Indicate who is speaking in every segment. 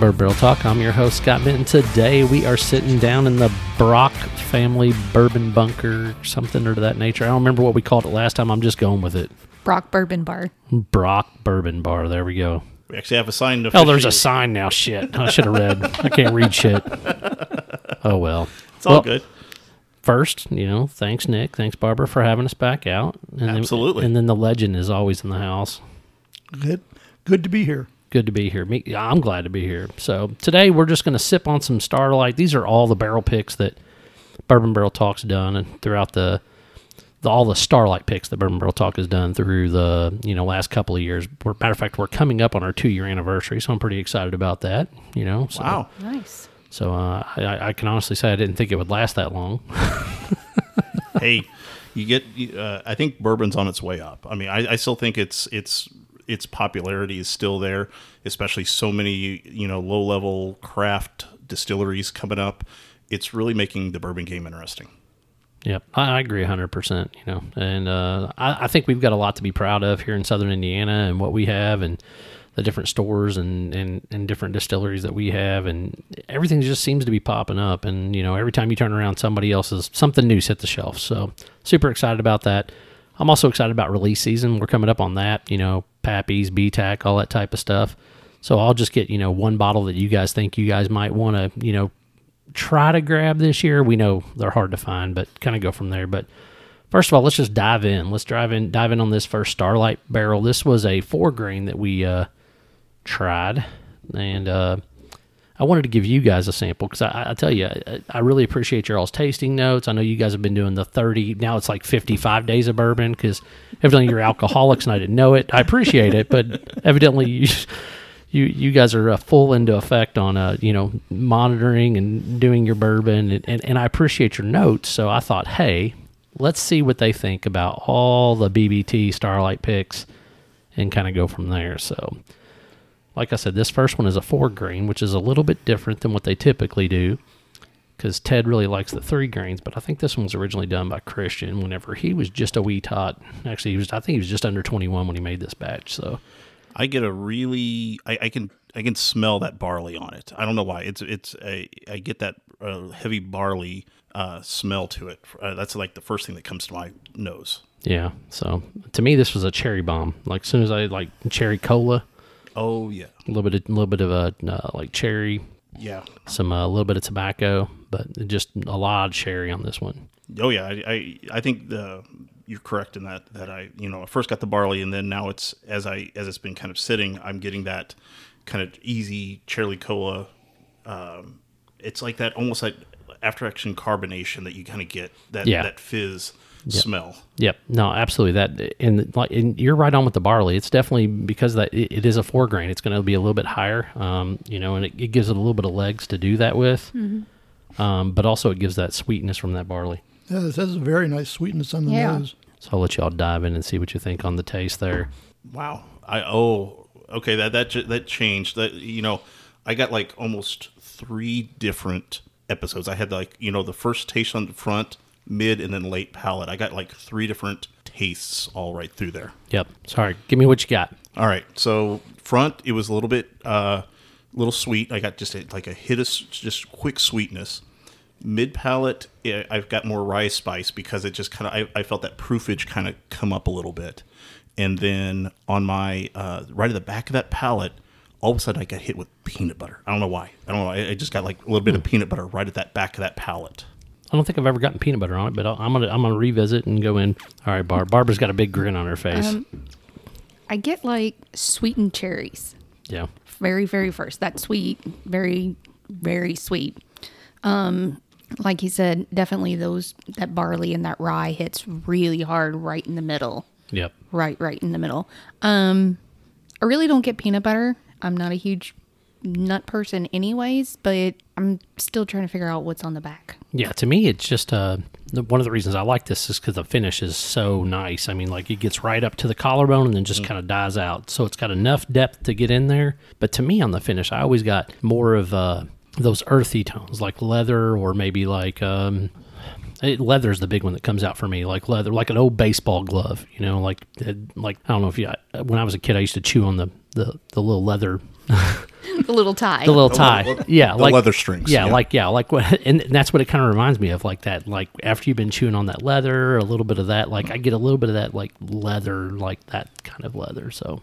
Speaker 1: Bird Barrel Talk. I'm your host, Scott Benton. Today we are sitting down in the Brock family bourbon bunker, something or to that nature. I don't remember what we called it last time. I'm just going with it.
Speaker 2: Brock Bourbon Bar.
Speaker 1: Brock Bourbon Bar. There we go.
Speaker 3: We actually have a sign.
Speaker 1: Oh, there's a sign now. Shit. I should have read. I can't read shit. Oh, well.
Speaker 3: It's all
Speaker 1: Well,
Speaker 3: good.
Speaker 1: First, you know, thanks, Nick. Thanks, Barbara, for having us back out. And
Speaker 3: Absolutely.
Speaker 1: Then, and then the legend is always in the house.
Speaker 4: Good, good to be here.
Speaker 1: good to be here. Me, I'm glad to be here. So today we're just going to sip on some Starlight. These are all the barrel picks that Bourbon Barrel Talk's done, and throughout the, the all the Starlight picks that Bourbon Barrel Talk has done through the you know last couple of years. We're, matter of fact, we're coming up on our two year anniversary, so I'm pretty excited about that. You know, so,
Speaker 3: Wow.
Speaker 2: Nice.
Speaker 1: So uh, I, I can honestly say I didn't think it would last that long.
Speaker 3: hey, you get. you- Uh, I think bourbon's on its way up. I mean, I, I still think it's it's its popularity is still there, especially so many you know low level craft distilleries coming up. It's really making the bourbon game interesting.
Speaker 1: Yep, I, I agree 100%. You know, and uh, I, I think we've got a lot to be proud of here in Southern Indiana and what we have and the different stores and, and, and different distilleries that we have. And everything just seems to be popping up. And, you know, every time you turn around, somebody else's something new's hit the shelf. So super excited about that. I'm also excited about release season. We're coming up on that, you know, Pappy's, BTAC, all that type of stuff. So I'll just get, you know, one bottle that you guys think you guys might want to, you know, try to grab this year. We know they're hard to find, but kind of go from there. But first of all, let's just dive in. Let's dive in, dive in on this first Starlight barrel. This was a four grain that we uh, tried, and uh, I wanted to give you guys a sample because I, I tell you, I, I really appreciate your all's tasting notes. I know you guys have been doing the thirty. Now it's like fifty-five days of bourbon because evidently you're alcoholics, and I didn't know it. I appreciate it, but evidently you. You, you guys are uh, full into effect on uh, you know monitoring and doing your bourbon and, and, and I appreciate your notes so I thought hey let's see what they think about all the BBT Starlight picks and kind of go from there so like I said, this first one is a four grain, which is a little bit different than what they typically do because Ted really likes the three grains. But I think this one was originally done by Christian whenever he was just a wee tot. Actually, he was, I think he was just under 21 when he made this batch. So,
Speaker 3: I get a really. I, I can I can smell that barley on it. I don't know why. It's it's a, I get that uh, heavy barley uh, smell to it. Uh, that's like the first thing that comes to my nose.
Speaker 1: yeah. So to me, this was a cherry bomb. Like, as soon as I like cherry cola,
Speaker 3: Oh yeah,
Speaker 1: a little bit, of, little bit of a uh, like cherry,
Speaker 3: yeah.
Speaker 1: some, a little bit of tobacco, but just a lot of cherry on this one.
Speaker 3: Oh yeah, I, I I think the you're correct in that that I you know I first got the barley and then now it's as I as it's been kind of sitting, I'm getting that kind of easy cherry cola. Um, it's like that almost like after action carbonation that you kind of get that
Speaker 1: Yeah.
Speaker 3: that fizz smell.
Speaker 1: Yep. No, absolutely. That and like and you're right on with the barley. It's definitely because that it, it is a four grain. It's going to be a little bit higher, um, you know, and it, it gives it a little bit of legs to do that with. Um, but also it gives that sweetness from that barley.
Speaker 4: Yeah, this has a very nice sweetness on the
Speaker 2: Yeah.
Speaker 4: nose.
Speaker 1: So I'll let y'all dive in and see what you think on the taste there.
Speaker 3: Wow. I oh okay that that ju- that changed that you know I got like almost three different episodes. I had like you know the first taste on the front, mid, and then late palate. I got like three different tastes all right through there.
Speaker 1: Yep. Sorry. Give me what you got.
Speaker 3: All right. So front, it was a little bit, uh, little sweet. I got just a, like a hit of s- just quick sweetness. Mid palate, eh, I've got more rye spice because it just kind of I, I felt that proofage kind of come up a little bit, and then on my uh, right at the back of that palate, all of a sudden I got hit with peanut butter. I don't know why. I don't know. I, I just got like a little bit of peanut butter right at that back of that palate.
Speaker 1: I don't think I've ever gotten peanut butter on it, but I'll, I'm gonna I'm gonna revisit and go in. All right, Barb. Barbara's got a big grin on her face.
Speaker 2: I get like sweetened cherries.
Speaker 1: yeah.
Speaker 2: Very, very first. That's sweet. Very, very sweet. Um, like he said, definitely those that barley and that rye hits really hard right in the middle.
Speaker 1: Yep.
Speaker 2: Right, right in the middle. Um, I really don't get peanut butter. I'm not a huge nut person anyways, but I'm still trying to figure out what's on the back.
Speaker 1: Yeah, to me, it's just uh, the- one of the reasons I like this is because the finish is so nice. I mean, like it gets right up to the collarbone and then just kind of dies out. So it's got enough depth to get in there. But to me, on the finish, I always got more of uh, those earthy tones, like leather or maybe like um, it, leather's the big one that comes out for me, like leather, like an old baseball glove. You know, like like I don't know if you. When I was a kid, I used to chew on the the, the little leather
Speaker 2: the little tie.
Speaker 1: the little tie.
Speaker 3: le-
Speaker 1: yeah,
Speaker 3: the
Speaker 1: like
Speaker 3: leather strings,
Speaker 1: Yeah,
Speaker 3: yeah.
Speaker 1: like yeah, like what, and that's what it kind of reminds me of. Like that, like after you've been chewing on that leather, a little bit of that. Like I get a little bit of that, like leather, like that kind of leather. So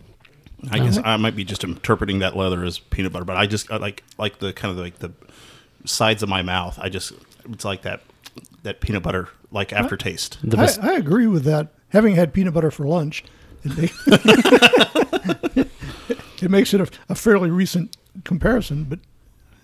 Speaker 3: I guess
Speaker 1: Uh-huh.
Speaker 3: I might be just interpreting that leather as peanut butter, but I just I like like the kind of like the sides of my mouth. I just it's like that that peanut butter like aftertaste.
Speaker 1: the
Speaker 4: I,
Speaker 1: vis-
Speaker 4: I agree with that. Having had peanut butter for lunch, it, ma- it makes it a, a fairly recent comparison. But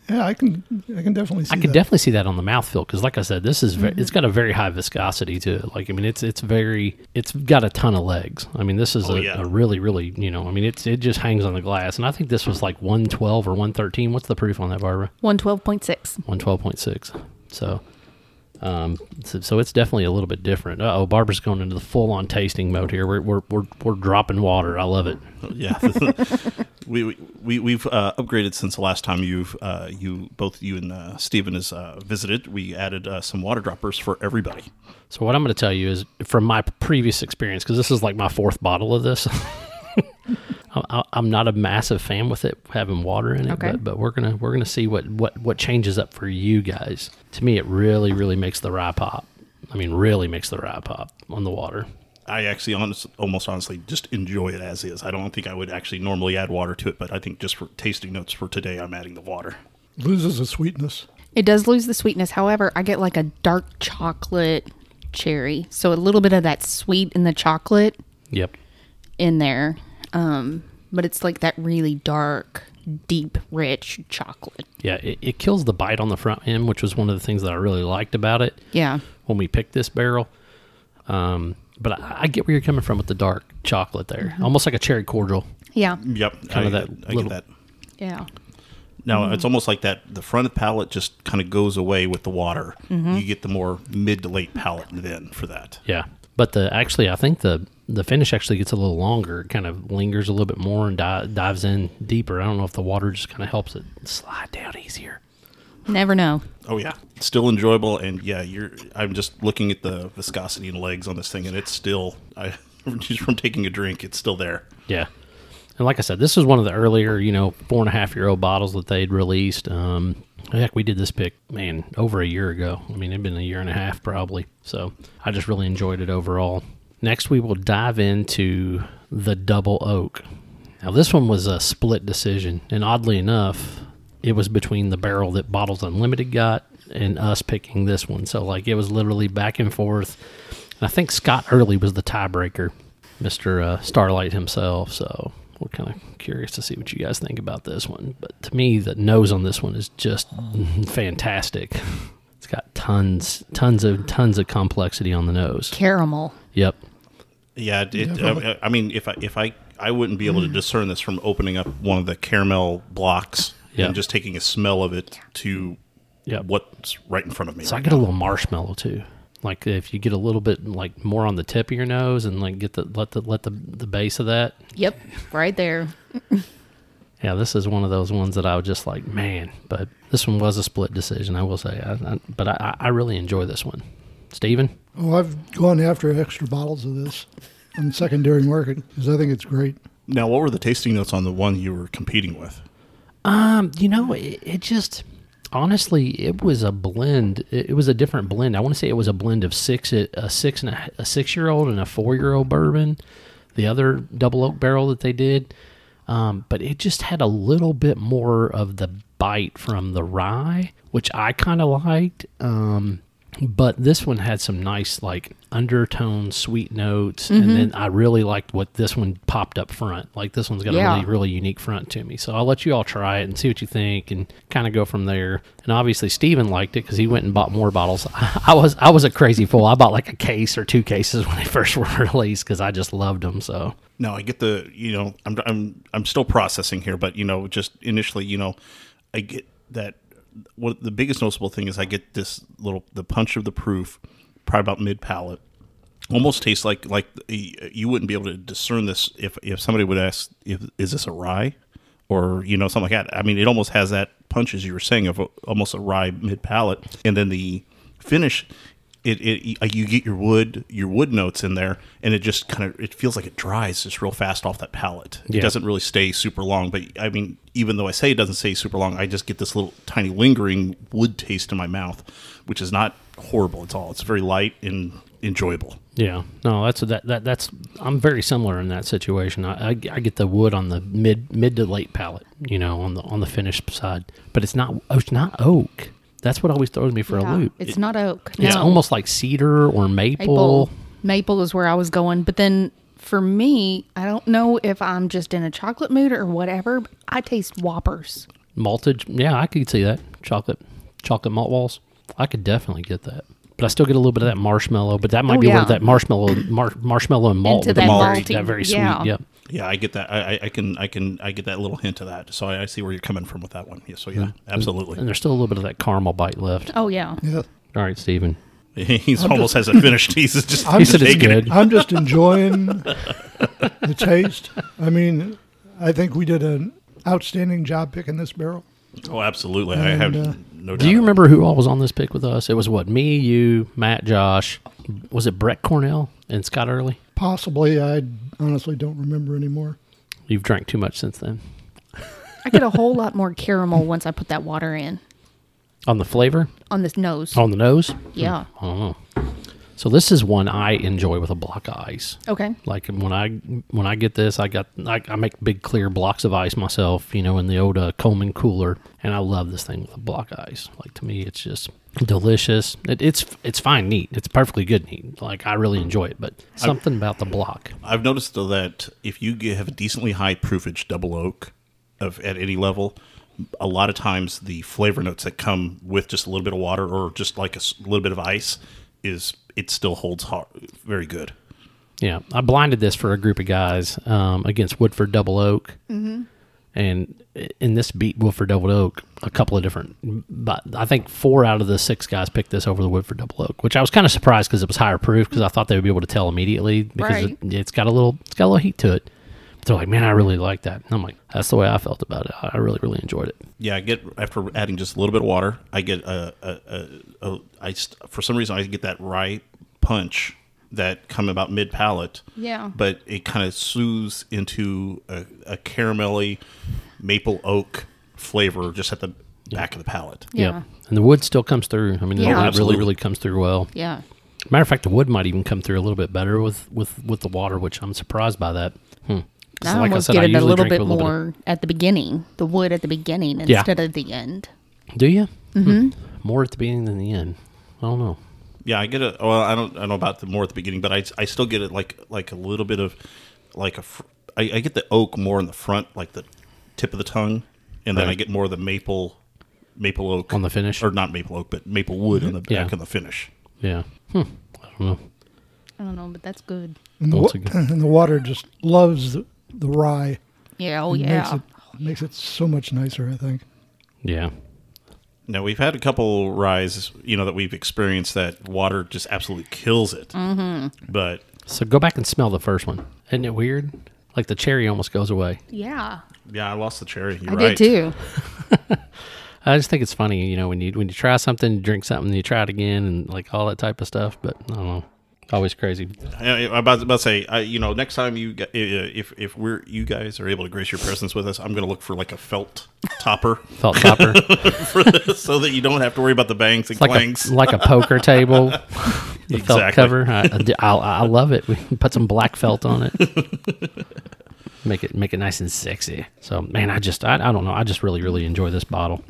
Speaker 4: yeah, I can I can definitely see.
Speaker 1: I could
Speaker 4: that.
Speaker 1: definitely see that on the mouthfeel because, like I said, this is ve- it's got a very high viscosity to it. Like I mean, it's it's very it's got a ton of legs. I mean, this is
Speaker 3: Oh,
Speaker 1: a,
Speaker 3: yeah.
Speaker 1: a really really you know I mean it's it just hangs on the glass. And I think this was like one twelve or one thirteen. What's the proof on that, Barbara?
Speaker 2: 112.6.
Speaker 1: One twelve point six. So, um, so, so it's definitely a little bit different. Oh, Barbara's going into the full on tasting mode here. We're we're we're, we're dropping water. I love it.
Speaker 3: yeah, we, we- we we've uh, upgraded since the last time you've uh, you both you and uh, Stephen has uh, visited. We added uh, some water droppers for everybody.
Speaker 1: So what I'm going to tell you is from my previous experience, because this is like my fourth bottle of this. I- I- I'm not a massive fan with it having water in it,
Speaker 2: Okay.
Speaker 1: but, but we're gonna we're gonna see what what what changes up for you guys. To me, it really really makes the rye pop. I mean, really makes the rye pop on the water.
Speaker 3: I actually honest, almost honestly just enjoy it as is. I don't think I would actually normally add water to it, but I think just for tasting notes for today, I'm adding the water.
Speaker 4: loses the sweetness.
Speaker 2: It does lose the sweetness. However, I get like a dark chocolate cherry. So a little bit of that sweet in the chocolate
Speaker 1: Yep.
Speaker 2: in there. Um, but it's like that really dark, deep, rich chocolate.
Speaker 1: Yeah, it, it kills the bite on the front end, which was one of the things that I really liked about it
Speaker 2: Yeah.
Speaker 1: when we picked this barrel. Um, but I, I get where you're coming from with the dark chocolate there, almost like a cherry cordial.
Speaker 2: Yeah.
Speaker 3: Yep,
Speaker 1: Kind
Speaker 3: I,
Speaker 1: of that
Speaker 3: I
Speaker 1: little-
Speaker 3: get that.
Speaker 2: Yeah.
Speaker 3: Now it's almost like that. The front of the palate just kind of goes away with the water. You get the more mid to late palate then for that.
Speaker 1: Yeah, but the actually, I think the the finish actually gets a little longer. It kind of lingers a little bit more and di- dives in deeper. I don't know if the water just kind of helps it slide down easier.
Speaker 2: Never know.
Speaker 3: Oh yeah, still enjoyable, and yeah, you're. I'm just looking at the viscosity and legs on this thing, and it's still. I just from taking a drink, it's still there.
Speaker 1: Yeah. And like I said, this is one of the earlier, you know, four and a half year old bottles that they'd released. Um, heck, we did this pick, man, over a year ago. I mean, it'd been a year and a half probably. So I just really enjoyed it overall. Next, we will dive into the Double Oak. Now, this one was a split decision. And oddly enough, it was between the barrel that Bottles Unlimited got and us picking this one. So, like, it was literally back and forth. And I think Scott Early was the tiebreaker, Mr. Uh, Starlight himself. So we're kind of curious to see what you guys think about this one. But to me, the nose on this one is just fantastic. It's got tons, tons of tons of complexity on the nose.
Speaker 2: Caramel.
Speaker 1: Yep.
Speaker 3: Yeah, it, it, I, I mean, if I if I I wouldn't be able to discern this from opening up one of the caramel blocks
Speaker 1: Yeah.
Speaker 3: and just taking a smell of it to
Speaker 1: Yeah.
Speaker 3: what's right in front of me.
Speaker 1: So I
Speaker 3: right
Speaker 1: get a
Speaker 3: now.
Speaker 1: little marshmallow too. Like if you get a little bit like more on the tip of your nose and like get the let the let the, the base of that.
Speaker 2: Yep. Right there.
Speaker 1: Yeah, this is one of those ones that I was just like, man. But this one was a split decision, I will say. I, I, but I, I I really enjoy this one. Steven?
Speaker 4: Oh, I've gone after extra bottles of this on the secondary market because I think it's great.
Speaker 3: now, what were the tasting notes on the one you were competing with?
Speaker 1: Um, you know, it, it just honestly, it was a blend. It, it was a different blend. I want to say it was a blend of six a six and a, a six year old and a four year old bourbon. The other double oak barrel that they did, um, but it just had a little bit more of the bite from the rye, which I kind of liked. Um, but this one had some nice like undertone sweet notes and then i really liked what this one popped up front like this one's got a
Speaker 2: Yeah.
Speaker 1: really really unique front to me so i'll let you all try it and see what you think and kind of go from there and obviously steven liked it because he went and bought more bottles i was i was a crazy fool i bought like a case or two cases when they first were released because i just loved them so
Speaker 3: No, I get the you know I'm I'm I'm still processing here, but you know just initially you know I get that what the biggest noticeable thing is I get this little the punch of the proof probably about mid palate almost tastes like like you wouldn't be able to discern this if if somebody would ask if is this a rye or you know something like that. I mean it almost has that punch as you were saying of a, almost a rye mid palate and then the finish it, it you get your wood your wood notes in there, and it just kind of it feels like it dries just real fast off that palate. It
Speaker 1: Yeah.
Speaker 3: doesn't really stay super long. But I mean, even though I say it doesn't stay super long, I just get this little tiny lingering wood taste in my mouth, which is not horrible at all. It's very light and enjoyable.
Speaker 1: Yeah, no, that's that, that that's I'm very similar in that situation. I, I, I get the wood on the mid mid to late palate, you know, on the on the finished side, but it's not oh, it's not oak. That's what always throws me for a
Speaker 2: Yeah,
Speaker 1: loop.
Speaker 2: It's not oak.
Speaker 1: It's
Speaker 2: no.
Speaker 1: almost like cedar or maple.
Speaker 2: maple. Maple is where I was going, but then for me, I don't know if I'm just in a chocolate mood or whatever. But I taste Whoppers.
Speaker 1: malted. Yeah, I could see that chocolate chocolate malt walls. I could definitely get that. But I still get a little bit of that marshmallow, but that might
Speaker 2: Oh,
Speaker 1: be
Speaker 2: yeah.
Speaker 1: where that marshmallow mar- marshmallow and malt
Speaker 2: Into
Speaker 1: with the
Speaker 2: that
Speaker 1: very-
Speaker 2: malty,
Speaker 1: that very sweet.
Speaker 2: yeah.
Speaker 1: Yep.
Speaker 3: Yeah, I get that. I, I- I can, I can, I get that little hint of that. So I, I see where you're coming from with that one. Yeah, so yeah,
Speaker 1: And
Speaker 3: absolutely.
Speaker 1: there's still a little bit of that caramel bite left.
Speaker 2: Oh yeah,
Speaker 4: Yeah.
Speaker 1: All right, Steven.
Speaker 3: He's almost hasn't finished. He's just
Speaker 1: He
Speaker 4: I'm just
Speaker 1: said it's
Speaker 3: taking it.
Speaker 1: good.
Speaker 4: I'm just enjoying the taste. I mean, I think we did an outstanding job picking this barrel.
Speaker 3: Oh, absolutely. I have
Speaker 4: And, uh,
Speaker 3: no doubt.
Speaker 1: Do you remember who all was on this pick with us? It was what me, you, Matt, Josh. Was it Brett Cornell and Scott Early?
Speaker 4: Possibly, I honestly don't remember anymore.
Speaker 1: You've drank too much since then.
Speaker 2: I get a whole lot more caramel once I put that water in
Speaker 1: On the flavor,
Speaker 2: on this nose.
Speaker 1: on the nose.
Speaker 2: Yeah.
Speaker 1: Oh. So this is one I enjoy with a block of ice.
Speaker 2: Okay.
Speaker 1: Like when I when I get this, I got I, I make big clear blocks of ice myself, you know, in the old uh, Coleman cooler, and I love this thing with a block of ice. Like to me, it's just delicious. It, it's it's fine neat. It's perfectly good neat. Like I really enjoy it, but something about the block.
Speaker 3: I've noticed though that if you g- have a decently high proofage double oak of at any level, a lot of times the flavor notes that come with just a little bit of water or just like a s- little bit of ice is it still holds hot, very good.
Speaker 1: Yeah, I blinded this for a group of guys um, against Woodford Double Oak, mm-hmm. and in this beat Woodford Double Oak a couple of different. But I think four out of the six guys picked this over the Woodford Double Oak, which I was kind of surprised because it was higher proof because I thought they would be able to tell immediately because
Speaker 2: Right.
Speaker 1: it, it's got a little it's got a little heat to it. But they're like, man, I really like that. And I'm like, that's the way I felt about it. I I really really enjoyed it.
Speaker 3: Yeah, I get after adding just a little bit of water, I get a, a, a, a I st- for some reason I get that rye punch that come about mid palate.
Speaker 2: Yeah.
Speaker 3: but it kind of soothes into a, a caramelly maple oak flavor just at the back of the palate.
Speaker 2: Yeah.
Speaker 1: Yep. And the wood still comes through. I mean,
Speaker 2: Yeah.
Speaker 1: the wood
Speaker 3: Absolutely.
Speaker 1: really really comes through well.
Speaker 2: Yeah.
Speaker 1: Matter of fact, the wood might even come through a little bit better with with with the water, which I'm surprised by that. Hmm. 'Cause
Speaker 2: I almost get it a
Speaker 1: usually
Speaker 2: little
Speaker 1: drink
Speaker 2: bit
Speaker 1: with of-
Speaker 2: more at the beginning, the wood at the beginning
Speaker 1: Yeah.
Speaker 2: instead of the end.
Speaker 1: do you? Mm-hmm. More at the beginning than the end. I don't know.
Speaker 3: Yeah, I get a well. I don't. I don't know about the more at the beginning, but I, I still get it like like a little bit of like a. fr- I, I get the oak more in the front, like the tip of the tongue, and then
Speaker 1: Right.
Speaker 3: I get more of the maple maple oak
Speaker 1: On the finish?
Speaker 3: or not maple oak, but maple wood on the back
Speaker 1: Yeah.
Speaker 3: and the finish.
Speaker 1: Yeah. Hmm. I don't know.
Speaker 2: I don't know, but that's good.
Speaker 4: And the,
Speaker 1: Once
Speaker 4: wa-
Speaker 1: again.
Speaker 4: and the water just loves the, the rye.
Speaker 2: Yeah. Oh
Speaker 4: It Makes
Speaker 2: yeah.
Speaker 4: it, makes it so much nicer, I think.
Speaker 1: Yeah.
Speaker 3: Now we've had a couple ryes, you know, that we've experienced that water just absolutely kills it. Mm-hmm. But
Speaker 1: So go back and smell the first one. Isn't it weird? Like the cherry almost goes away.
Speaker 2: Yeah.
Speaker 3: yeah, I lost the cherry. You're
Speaker 2: I
Speaker 3: right.
Speaker 2: did too.
Speaker 1: I just think it's funny, you know, when you when you try something, you drink something, you try it again, and like all that type of stuff. But I don't know. Always crazy.
Speaker 3: I, I about about to say, I, you know, next time you gu- if if we're you guys are able to grace your presence with us, I'm gonna look for like a felt topper
Speaker 1: Felt topper.
Speaker 3: for this, so that you don't have to worry about the bangs and
Speaker 1: like
Speaker 3: clangs.
Speaker 1: a like a poker table, the
Speaker 3: Exactly.
Speaker 1: felt cover. I, I, d- I- I love it. We can put some black felt on it, make it make it nice and sexy. So man, I just I, I don't know. I just really really enjoy this bottle.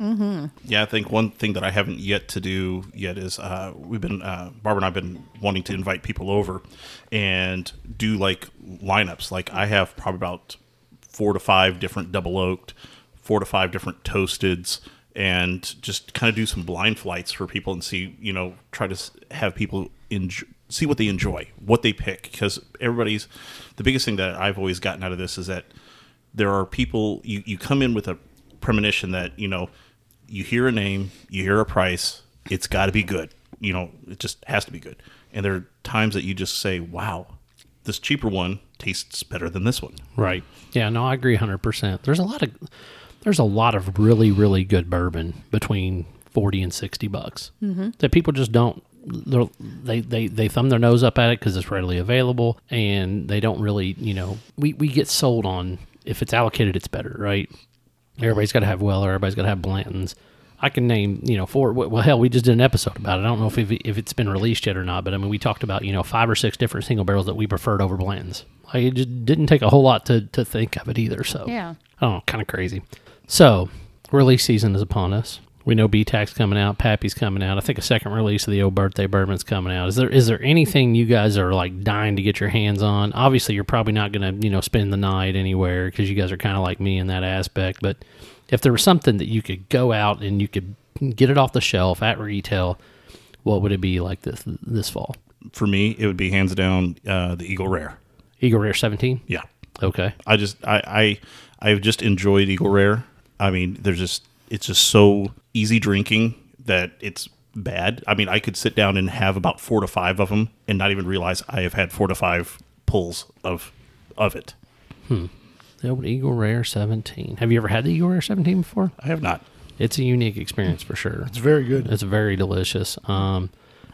Speaker 3: yeah, I think one thing that I haven't yet to do yet is uh, we've been uh, Barbara and I've been wanting to invite people over and do like lineups. Like I have probably about four to five different double oaked, four to five different toasteds, and just kind of do some blind flights for people and see you know try to s- have people enjoy. See what they enjoy, what they pick, because everybody's the biggest thing that I've always gotten out of this is that there are people you, you come in with a premonition that you know you hear a name you hear a price it's got to be good you know it just has to be good and there are times that you just say wow this cheaper one tastes better than this one
Speaker 1: Right. Yeah. No, I agree hundred percent. There's a lot of there's a lot of really really good bourbon between forty and sixty bucks that people just don't they're- they they they thumb their nose up at it because it's readily available, and they don't really you know we we get sold on if it's allocated, it's better, right? Everybody's got to have Weller. Everybody's got to have Blanton's. I can name, you know, four. Well, hell, we just did an episode about it. I don't know if it, if it's been released yet or not, but I mean, we talked about you know five or six different single barrels that we preferred over Blanton's. Like, it just didn't take a whole lot to to think of it either. So
Speaker 2: Yeah.
Speaker 1: I don't know, kind of Oh, crazy. So release season is upon us. We know B Tax coming out, Pappy's coming out. I think a second release of the old birthday bourbon's coming out. Is there is there anything you guys are like dying to get your hands on? Obviously, you're probably not gonna you know spend the night anywhere because you guys are kind of like me in that aspect. But if there was something that you could go out and you could get it off the shelf at retail, what would it be like this this fall?
Speaker 3: For me, it would be hands down uh, the Eagle Rare.
Speaker 1: Eagle Rare 17.
Speaker 3: Yeah,
Speaker 1: Okay.
Speaker 3: I just I I I've just enjoyed Eagle Rare. I mean, there's just it's just so easy drinking that it's bad. I mean, I could sit down and have about four to five of them and not even realize I have had four to five pulls of of it.
Speaker 1: The old Eagle Rare 17. Have you ever had the Eagle Rare 17 before?
Speaker 3: I have not.
Speaker 1: It's a unique experience for sure.
Speaker 4: It's very good.
Speaker 1: It's very delicious. Um,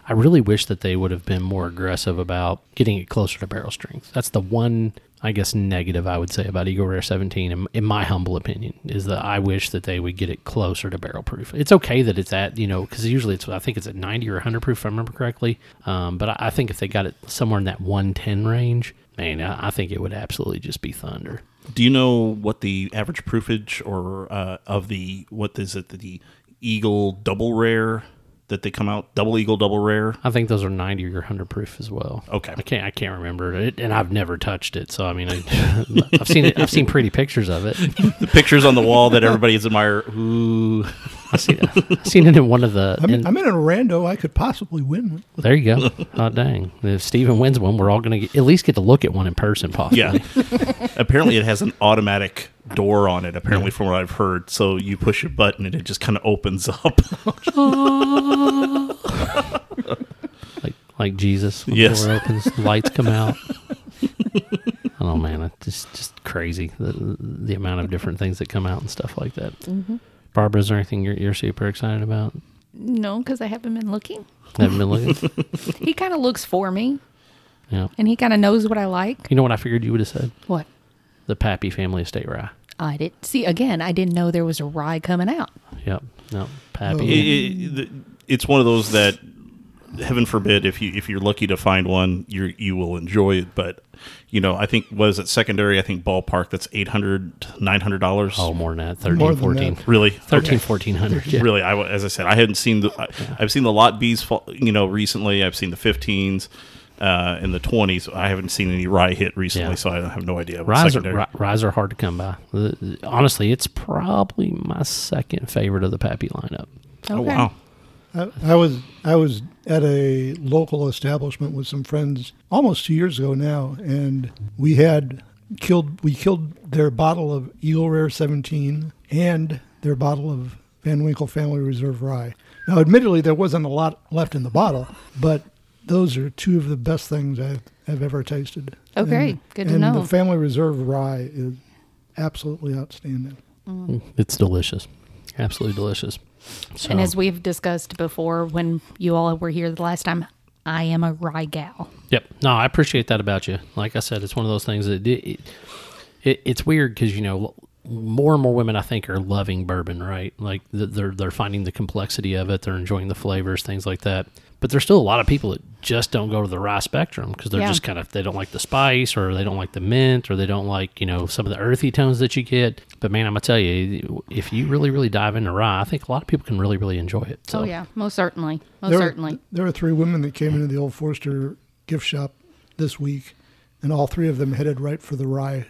Speaker 1: I really wish that they would have been more aggressive about getting it closer to barrel strength. That's the one, I guess, negative I would say about Eagle Rare 17, in, in my humble opinion, is that I wish that they would get it closer to barrel proof. It's okay that it's at, you know, because usually it's, I think it's at 90 or 100 proof, if I remember correctly. Um, but I, I think if they got it somewhere in that 110 range, man, I, I think it would absolutely just be thunder.
Speaker 3: Do you know what the average proofage or uh, of the what is it the Eagle Double Rare that they come out Double Eagle Double Rare?
Speaker 1: I think those are ninety or hundred proof as well.
Speaker 3: Okay.
Speaker 1: I can't. I can't remember it, and I've never touched it. So I mean, I, I've seen it. I've seen pretty pictures of it.
Speaker 3: The pictures on the wall that everybody is admire. Ooh,
Speaker 1: I've seen, I've seen it in one of the.
Speaker 4: I'm,
Speaker 1: in-
Speaker 4: I'm in a rando. I could possibly win.
Speaker 1: there you go. Hot dang! If Steven wins one, we're all gonna get, at least get to look at one in person, possibly.
Speaker 3: yeah. apparently, it has an automatic door on it. Apparently, from what I've heard, so you push a button and it just kind of opens up.
Speaker 1: Like like Jesus. when
Speaker 3: Yes.
Speaker 1: The door opens, lights come out. oh man, it's just just crazy the the amount of different things that come out and stuff like that. Barbara, is there anything you're, you're super excited about?
Speaker 2: No, because I haven't been looking.
Speaker 1: Haven't been looking.
Speaker 2: He kind of looks for me,
Speaker 1: yeah.
Speaker 2: and he kind of knows what I like.
Speaker 1: You know what I figured you would have said?
Speaker 2: What?
Speaker 1: The Pappy Family Estate Rye.
Speaker 2: I did see again. I didn't know there was a rye coming out.
Speaker 1: Yep. No,
Speaker 3: It-
Speaker 1: Pappy.
Speaker 3: it- the- it's one of those that, heaven forbid, if you if you're lucky to find one, you you will enjoy it. But you know, I think was it secondary? I think ballpark that's 800 900 dollars.
Speaker 1: Oh, more than that. 13,
Speaker 4: More than
Speaker 1: 14.
Speaker 4: that.
Speaker 3: Really,
Speaker 1: 13, 1400. Yeah.
Speaker 3: really I, as i said i hadn't seen the I, i've seen the lot b's fall, you know recently i've seen the 15s uh, in the 20s i haven't seen any rye hit recently
Speaker 1: Yeah.
Speaker 3: so i have no idea about
Speaker 1: Rise
Speaker 3: secondary.
Speaker 1: are, rise are hard to come by. The- the- Honestly, it's probably my second favorite of the Pappy lineup.
Speaker 2: Okay.
Speaker 3: oh wow
Speaker 4: I, I was I was at a local establishment with some friends almost two years ago now, and we had killed we killed their bottle of Eagle Rare 17 and their bottle of Van Winkle Family Reserve Rye. Now, admittedly, there wasn't a lot left in the bottle, but those are two of the best things I've, I've ever tasted.
Speaker 2: Oh, great.
Speaker 4: And-
Speaker 2: Good to
Speaker 4: and
Speaker 2: know.
Speaker 4: the Family Reserve Rye is absolutely outstanding.
Speaker 1: It's delicious. Absolutely delicious. So,
Speaker 2: And as we've discussed before, when you all were here the last time, I am a rye gal.
Speaker 1: Yep. No, I appreciate that about you. Like I said, it's one of those things that it, it, it's weird because you know more and more women I think are loving bourbon, right? Like th- they're they're finding the complexity of it, they're enjoying the flavors, things like that. But there's still a lot of people that just don't go to the rye spectrum because they're
Speaker 2: Yeah.
Speaker 1: just kind of they don't like the spice or they don't like the mint or they don't like you know some of the earthy tones that you get. But man, I'm gonna tell you, if you really really dive into rye, I think a lot of people can really really enjoy it. So
Speaker 2: Oh yeah, most certainly, most
Speaker 4: there
Speaker 2: Oh, certainly.
Speaker 4: Were, there were three women that came into the old Forster gift shop this week, and all three of them headed right for the rye.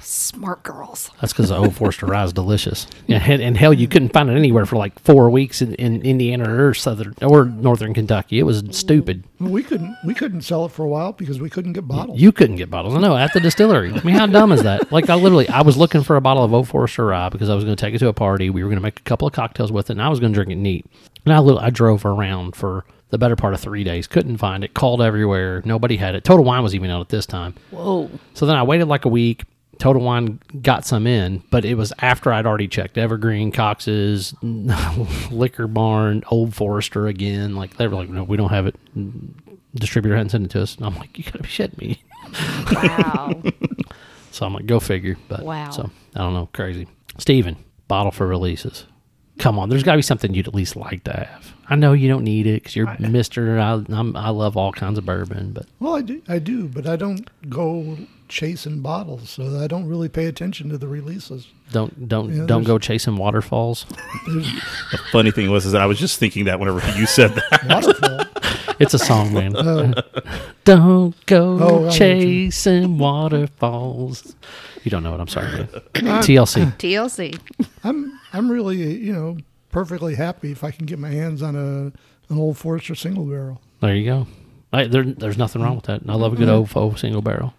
Speaker 2: Smart girls.
Speaker 1: That's because the old Forster Rye is delicious. Yeah, and, and hell, you couldn't find it anywhere for like four weeks in, in Indiana or southern or northern Kentucky. It was stupid.
Speaker 4: Well, we couldn't we couldn't sell it for a while because we couldn't get bottles.
Speaker 1: You couldn't get bottles. I know at the distillery. I mean, how dumb is that? Like I literally, I was looking for a bottle of Old Forester Rye because I was going to take it to a party. We were going to make a couple of cocktails with it, and I was going to drink it neat. And I lit- I drove around for the better part of three days. Couldn't find it. Called everywhere. Nobody had it. Total Wine was even out at this time.
Speaker 2: Whoa.
Speaker 1: So then I waited like a week. Total Wine got some in, but it was after I'd already checked Evergreen, Cox's, Liquor Barn, Old Forester again. Like they were like, no, we don't have it. Distributor hadn't sent it to us. And I'm like, you gotta be shitting me.
Speaker 2: Wow.
Speaker 1: So I'm like, go figure. But
Speaker 2: Wow.
Speaker 1: So I don't know, crazy. Steven, bottle for releases. Come on, there's got to be something you'd at least like to have. I know you don't need it because you're Mister. I, I'm, I love all kinds of bourbon, but
Speaker 4: Well, I do, I do, but I don't go chasing bottles, so I don't really pay attention to the releases.
Speaker 1: don't don't
Speaker 4: Yeah,
Speaker 1: don't
Speaker 4: there's-
Speaker 1: go chasing waterfalls.
Speaker 3: The funny thing was is that I was just thinking that whenever you said that.
Speaker 4: Waterfall.
Speaker 1: It's a song, man. don't go
Speaker 4: Uh, Oh, I know what you-
Speaker 1: chasing waterfalls. You don't know it. I'm sorry. man. TLC.
Speaker 2: TLC.
Speaker 4: I'm I'm really you know perfectly happy if I can get my hands on a an old Forester single barrel.
Speaker 1: There you go. I, there, there's nothing wrong with that. And I love a good old faux single barrel.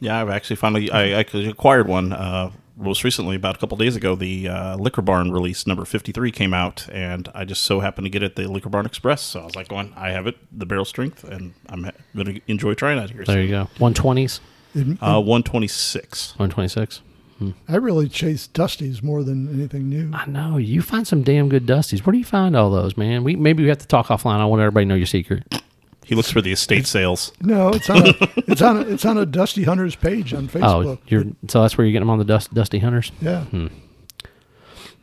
Speaker 3: yeah, I've actually finally I, I actually acquired one uh, most recently about a couple days ago. The uh, Liquor Barn release number fifty three came out, and I just so happened to get it at the Liquor Barn Express. So I was like, going, I have it, the barrel strength, and I'm ha- going to enjoy trying it here.
Speaker 1: There you go. 120s,
Speaker 4: It-
Speaker 3: Uh, one twenty six.
Speaker 1: 126.
Speaker 4: I really chase Dusties more than anything new.
Speaker 1: I know you find some damn good dusties. Where do you find all those, man? We maybe we have to talk offline. I want everybody to know your secret.
Speaker 3: He looks for the estate sales.
Speaker 4: No, it's on a, it's on a, it's on a Dusty Hunters page on Facebook.
Speaker 1: Oh, you're so that's where you're getting them on the dust, dusty hunters.
Speaker 4: yeah.
Speaker 1: Hmm.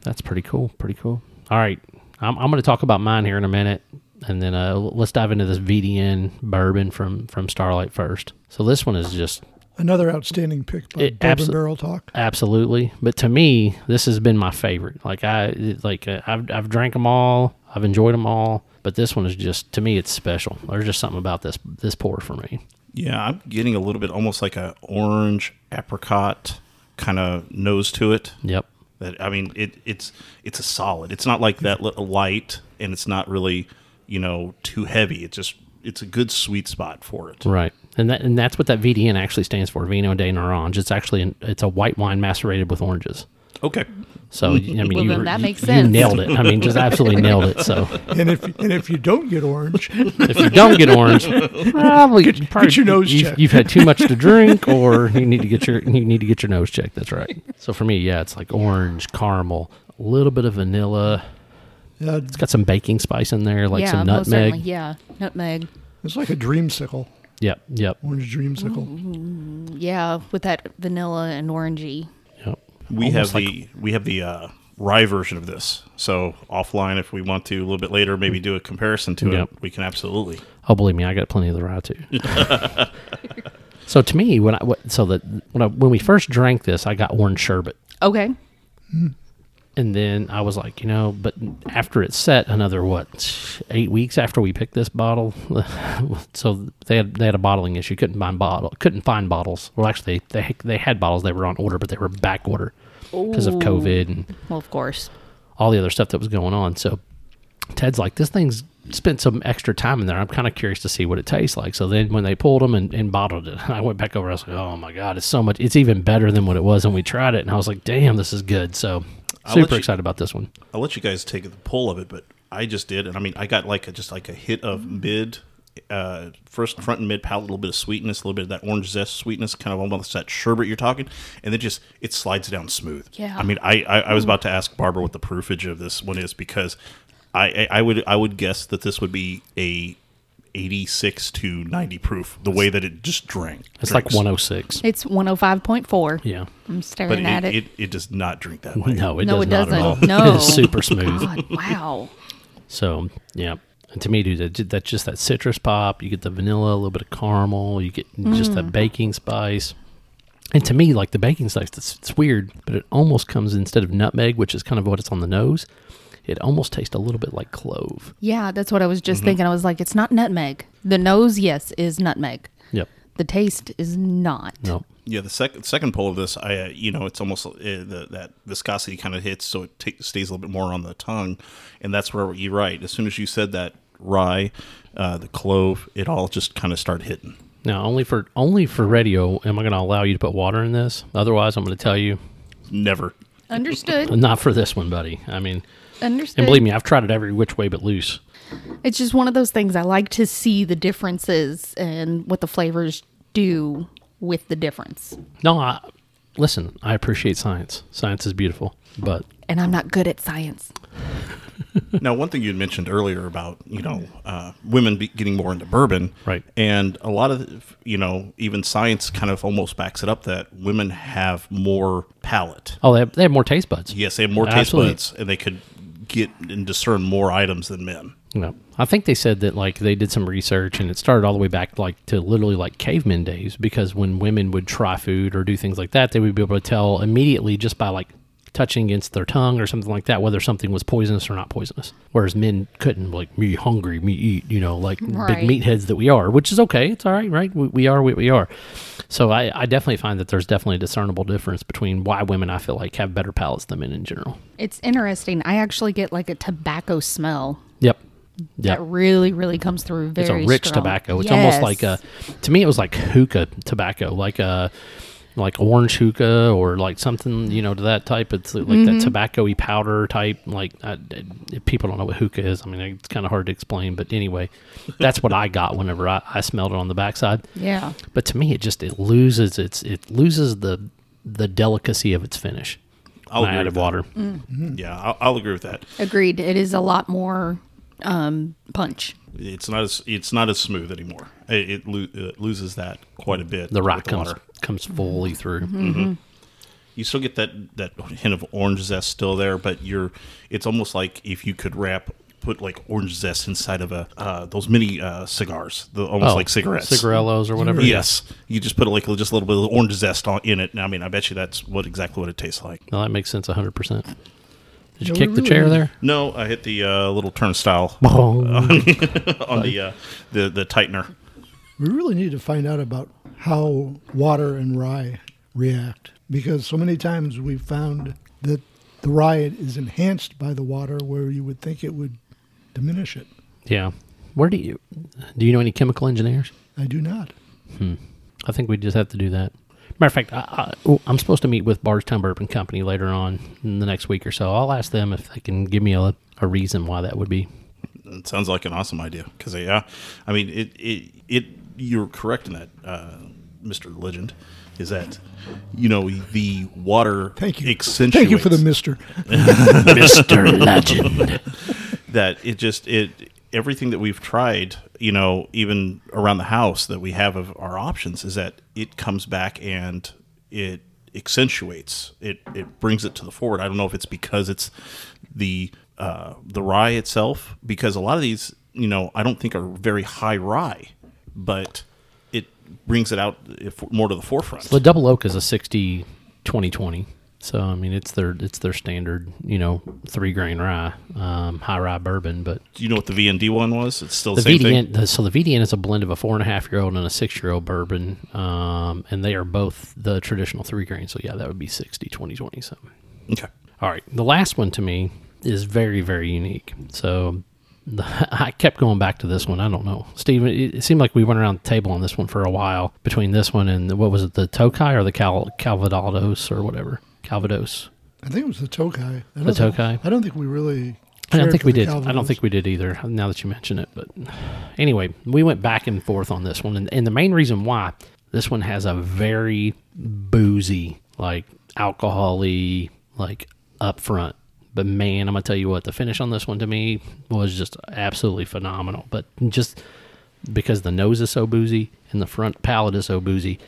Speaker 1: That's pretty cool. Pretty cool. All right, I'm, I'm going to talk about mine here in a minute, and then uh, l- let's dive into this VDN bourbon from from Starlight first. So this one is just
Speaker 4: Another outstanding pick by
Speaker 1: It-
Speaker 4: Bourbon
Speaker 1: abso-
Speaker 4: Barrel Talk.
Speaker 1: absolutely, but to me, this has been my favorite. Like I like uh, I've I've drank them all. I've enjoyed them all, but this one is just to me it's special. There's just something about this this pour for me.
Speaker 3: Yeah, I'm getting a little bit almost like a orange apricot kind of nose to it.
Speaker 1: Yep.
Speaker 3: That I mean, it it's it's a solid. It's not like that li- light, and it's not really you know too heavy. It's just it's a good sweet spot for it.
Speaker 1: Right. And that and that's what that VDN actually stands for, Vino de Orange. It's actually an, it's a white wine macerated with oranges.
Speaker 3: Okay,
Speaker 1: So I mean,
Speaker 2: Well,
Speaker 1: you,
Speaker 2: then
Speaker 1: were-
Speaker 2: that
Speaker 1: you-
Speaker 2: makes
Speaker 1: you
Speaker 2: sense.
Speaker 1: nailed it. I mean, just absolutely nailed it. So
Speaker 4: And if and if you don't get orange,
Speaker 1: if you don't get orange, probably, probably
Speaker 4: your nose
Speaker 1: you've,
Speaker 4: checked.
Speaker 1: you've had too much to drink, or you need to get your you need to get your nose checked. That's right. So for me, yeah, it's like orange, caramel, a little bit of vanilla.
Speaker 4: uh,
Speaker 1: It's got some baking spice in there, like
Speaker 2: yeah,
Speaker 1: some
Speaker 2: most
Speaker 1: nutmeg.
Speaker 2: certainly. Yeah, nutmeg.
Speaker 4: it's like a dreamsicle,
Speaker 1: Yep, yep,
Speaker 4: orange dreamsicle.
Speaker 2: Yeah, with that vanilla and orangey.
Speaker 1: yep.
Speaker 3: we have the we have the uh, rye version of this. So offline, if we want to a little bit later, maybe do a comparison to
Speaker 1: Yep.
Speaker 3: it. We can absolutely.
Speaker 1: Oh, believe me, I got plenty of the rye too. so to me, when I what, so that when I, when we first drank this, I got orange sherbet,
Speaker 2: Okay.
Speaker 1: and then I was like, you know, but after it set another what eight weeks after we picked this bottle, so they had they had a bottling issue, couldn't find bottle, couldn't find bottles. Well, actually, they they had bottles, they were on order, but they were back order because of
Speaker 2: Ooh.
Speaker 1: COVID and
Speaker 2: Well, of course.
Speaker 1: all the other stuff that was going on. So Ted's like, this thing's spent some extra time in there. I'm kind of curious to see what it tastes like. So then when they pulled them and, and bottled it, I went back over. I was like, oh my God, it's so much. It's even better than what it was. And we tried it and I was like, damn, this is good. So
Speaker 3: I'll let
Speaker 1: super
Speaker 3: you-
Speaker 1: excited about this one.
Speaker 3: I'll let you guys take the pull of it, but I just did, and I mean, I got like a, just like a hit of mid, uh, first front and mid palate, a little bit of sweetness, a little bit of that orange zest sweetness, kind of almost that sherbet you're talking, and then just it slides down smooth.
Speaker 2: Yeah.
Speaker 3: I mean, I I, I was about to ask Barbara what the proofage of this one is because I I, I would I would guess that this would be a 86 to 90 proof the way that it just drank
Speaker 1: It's like
Speaker 3: drinks.
Speaker 1: 106.
Speaker 2: It's 105.4.
Speaker 1: Yeah.
Speaker 2: I'm
Speaker 3: but
Speaker 2: staring
Speaker 3: it,
Speaker 2: at
Speaker 3: it,
Speaker 2: it.
Speaker 3: it does not drink that way
Speaker 1: No, it does
Speaker 2: No, it
Speaker 1: not at
Speaker 2: doesn't.
Speaker 1: all.
Speaker 2: No.
Speaker 1: It is super smooth.
Speaker 2: God, wow.
Speaker 1: So yeah, and to me, dude, that, that's just that citrus pop. You get the vanilla, a little bit of caramel. You get just that baking spice. And to me, like the baking spice, it's, it's weird, but it almost comes instead of nutmeg, which is kind of what it's on the nose. It almost tastes a little bit like clove.
Speaker 2: Yeah, that's what I was just thinking. I was like, it's not nutmeg. The nose, yes, is nutmeg.
Speaker 1: Yep.
Speaker 2: The taste is not.
Speaker 1: No.
Speaker 3: Yeah, the second second pole of this, I uh, you know, it's almost uh, the, that viscosity kind of hits, so it ta stays a little bit more on the tongue, and that's where you're right. As soon as you said that rye, uh, the clove, it all just kind of started hitting.
Speaker 1: Now only for only for radio am I going to allow you to put water in this. Otherwise, I'm going to tell you
Speaker 3: Never.
Speaker 2: Understood.
Speaker 1: not for this one, buddy. I mean,
Speaker 2: Understood.
Speaker 1: and believe me, I've tried it every which way but loose.
Speaker 2: It's just one of those things. I like to see the differences and what the flavors do with the difference.
Speaker 1: No, I, listen, I appreciate science. Science is beautiful, but
Speaker 2: and I'm not good at science.
Speaker 3: Now, one thing you had mentioned earlier about you know uh, women be getting more into bourbon,
Speaker 1: Right.
Speaker 3: And a lot of the- you know even science kind of almost backs it up that women have more palate.
Speaker 1: oh, they have, they have more taste buds.
Speaker 3: Yes, they have more taste
Speaker 1: Absolutely.
Speaker 3: buds, and they could get and discern more items than men.
Speaker 1: No, I think they said that like they did some research and it started all the way back like to literally like caveman days because when women would try food or do things like that, they would be able to tell immediately just by like touching against their tongue or something like that whether something was poisonous or not poisonous. Whereas men couldn't like me hungry, me eat, you know, like
Speaker 2: Right.
Speaker 1: big meatheads that we are, which is okay. It's all right, right? We, we are what we are. So I, I definitely find that there's definitely a discernible difference between why women I feel like have better palates than men in general.
Speaker 2: It's interesting. I actually get like a tobacco smell
Speaker 1: Yep. Yeah.
Speaker 2: that really, really comes through very
Speaker 1: it's a rich
Speaker 2: strong.
Speaker 1: tobacco. It's almost
Speaker 2: Yes.
Speaker 1: like a, to me, it was like hookah tobacco, like a, like orange hookah or like something, you know, to that type. It's like
Speaker 2: Mm-hmm.
Speaker 1: that tobacco-y powder type. Like I, I- people don't know what hookah is. I mean, it's kind of hard to explain, but anyway, that's what I got whenever I, I smelled it on the backside.
Speaker 2: Yeah.
Speaker 1: But to me, it just it loses its it loses the the delicacy of its finish.
Speaker 3: I'll
Speaker 1: When I
Speaker 3: agree
Speaker 1: added
Speaker 3: with that.
Speaker 1: water.
Speaker 2: Mm.
Speaker 3: Yeah, I'll, I'll agree with that.
Speaker 2: Agreed. It is a lot more um, punch.
Speaker 3: It's not as it's not as smooth anymore. It, it, lo- it loses that quite a bit.
Speaker 1: The rock
Speaker 3: with
Speaker 1: comes
Speaker 3: water.
Speaker 1: comes
Speaker 2: Mm-hmm.
Speaker 1: fully through.
Speaker 3: You still get that that hint of orange zest still there, but you're. It's almost like if you could wrap put like orange zest inside of a uh, those mini uh, cigars, the almost like cigarettes.
Speaker 1: Oh, cigarillos, or whatever.
Speaker 3: Yes, you just put like just a little bit of orange zest on in it. And I mean, I bet you that's what exactly what it tastes like.
Speaker 1: No, that makes sense 100%. Did you
Speaker 4: Yeah,
Speaker 1: kick
Speaker 4: we
Speaker 1: the
Speaker 4: really
Speaker 1: chair
Speaker 4: need-
Speaker 1: there?
Speaker 3: No, I hit the uh, little turnstile on the uh, the the tightener.
Speaker 4: We really need to find out about how water and rye react because so many times we've found that the rye is enhanced by the water where you would think it would diminish it.
Speaker 1: Yeah. Where do you do you know any chemical engineers?
Speaker 4: I do not.
Speaker 1: I think we just have to do that. Matter of fact, I, I, ooh, I'm supposed to meet with Bardstown Bourbon Company later on in the next week or so. I'll ask them if they can give me a, a reason why that would be.
Speaker 3: It sounds like an awesome idea because yeah, I mean it it, it you're correct in that, uh, Mister Legend, is that you know the water
Speaker 4: Thank you.
Speaker 3: accentuates
Speaker 4: Thank you for the mister.
Speaker 1: Mr. Legend.
Speaker 3: that it just it everything that we've tried you know even around the house that we have of our options is that it comes back and it accentuates it it brings it to the forward i don't know if it's because it's the uh the rye itself because a lot of these you know i don't think are very high rye but it brings it out if, more to the forefront
Speaker 1: The Double Oak is a 60 20 20. So I mean it's their it's their standard, you know, 3 grain rye, um, high rye bourbon, but
Speaker 3: do you know what the vnd one was it's still the,
Speaker 1: the
Speaker 3: same thing
Speaker 1: VDN, the, so the VDN is a blend of a four and a half year old and a six year old bourbon, um, and they are both the traditional three grain. So yeah, that would be 60, 20, 20 something.
Speaker 3: okay
Speaker 1: All right, the last one to me is very, very unique. So the, I kept going back to this one. I don't know, Steve. It, it seemed like we went around the table on this one for a while between this one and the- what was it, the Tokai or the Cal, Calvados or whatever, Calvados.
Speaker 4: I think it was the Tokai. I don't
Speaker 1: The
Speaker 4: think-
Speaker 1: Tokai?
Speaker 4: I don't think we really.
Speaker 1: I don't
Speaker 4: cared
Speaker 1: think
Speaker 4: for
Speaker 1: we
Speaker 4: the
Speaker 1: did. I don't
Speaker 4: Calvados.
Speaker 1: think we did either. Now that you mention it, but anyway, we went back and forth on this one, and, and the main reason why this one has a very boozy, like alcoholy, like upfront. But man, I'm gonna tell you what, the finish on this one to me was just absolutely phenomenal. But just because the nose is so boozy and the front palate is so boozy,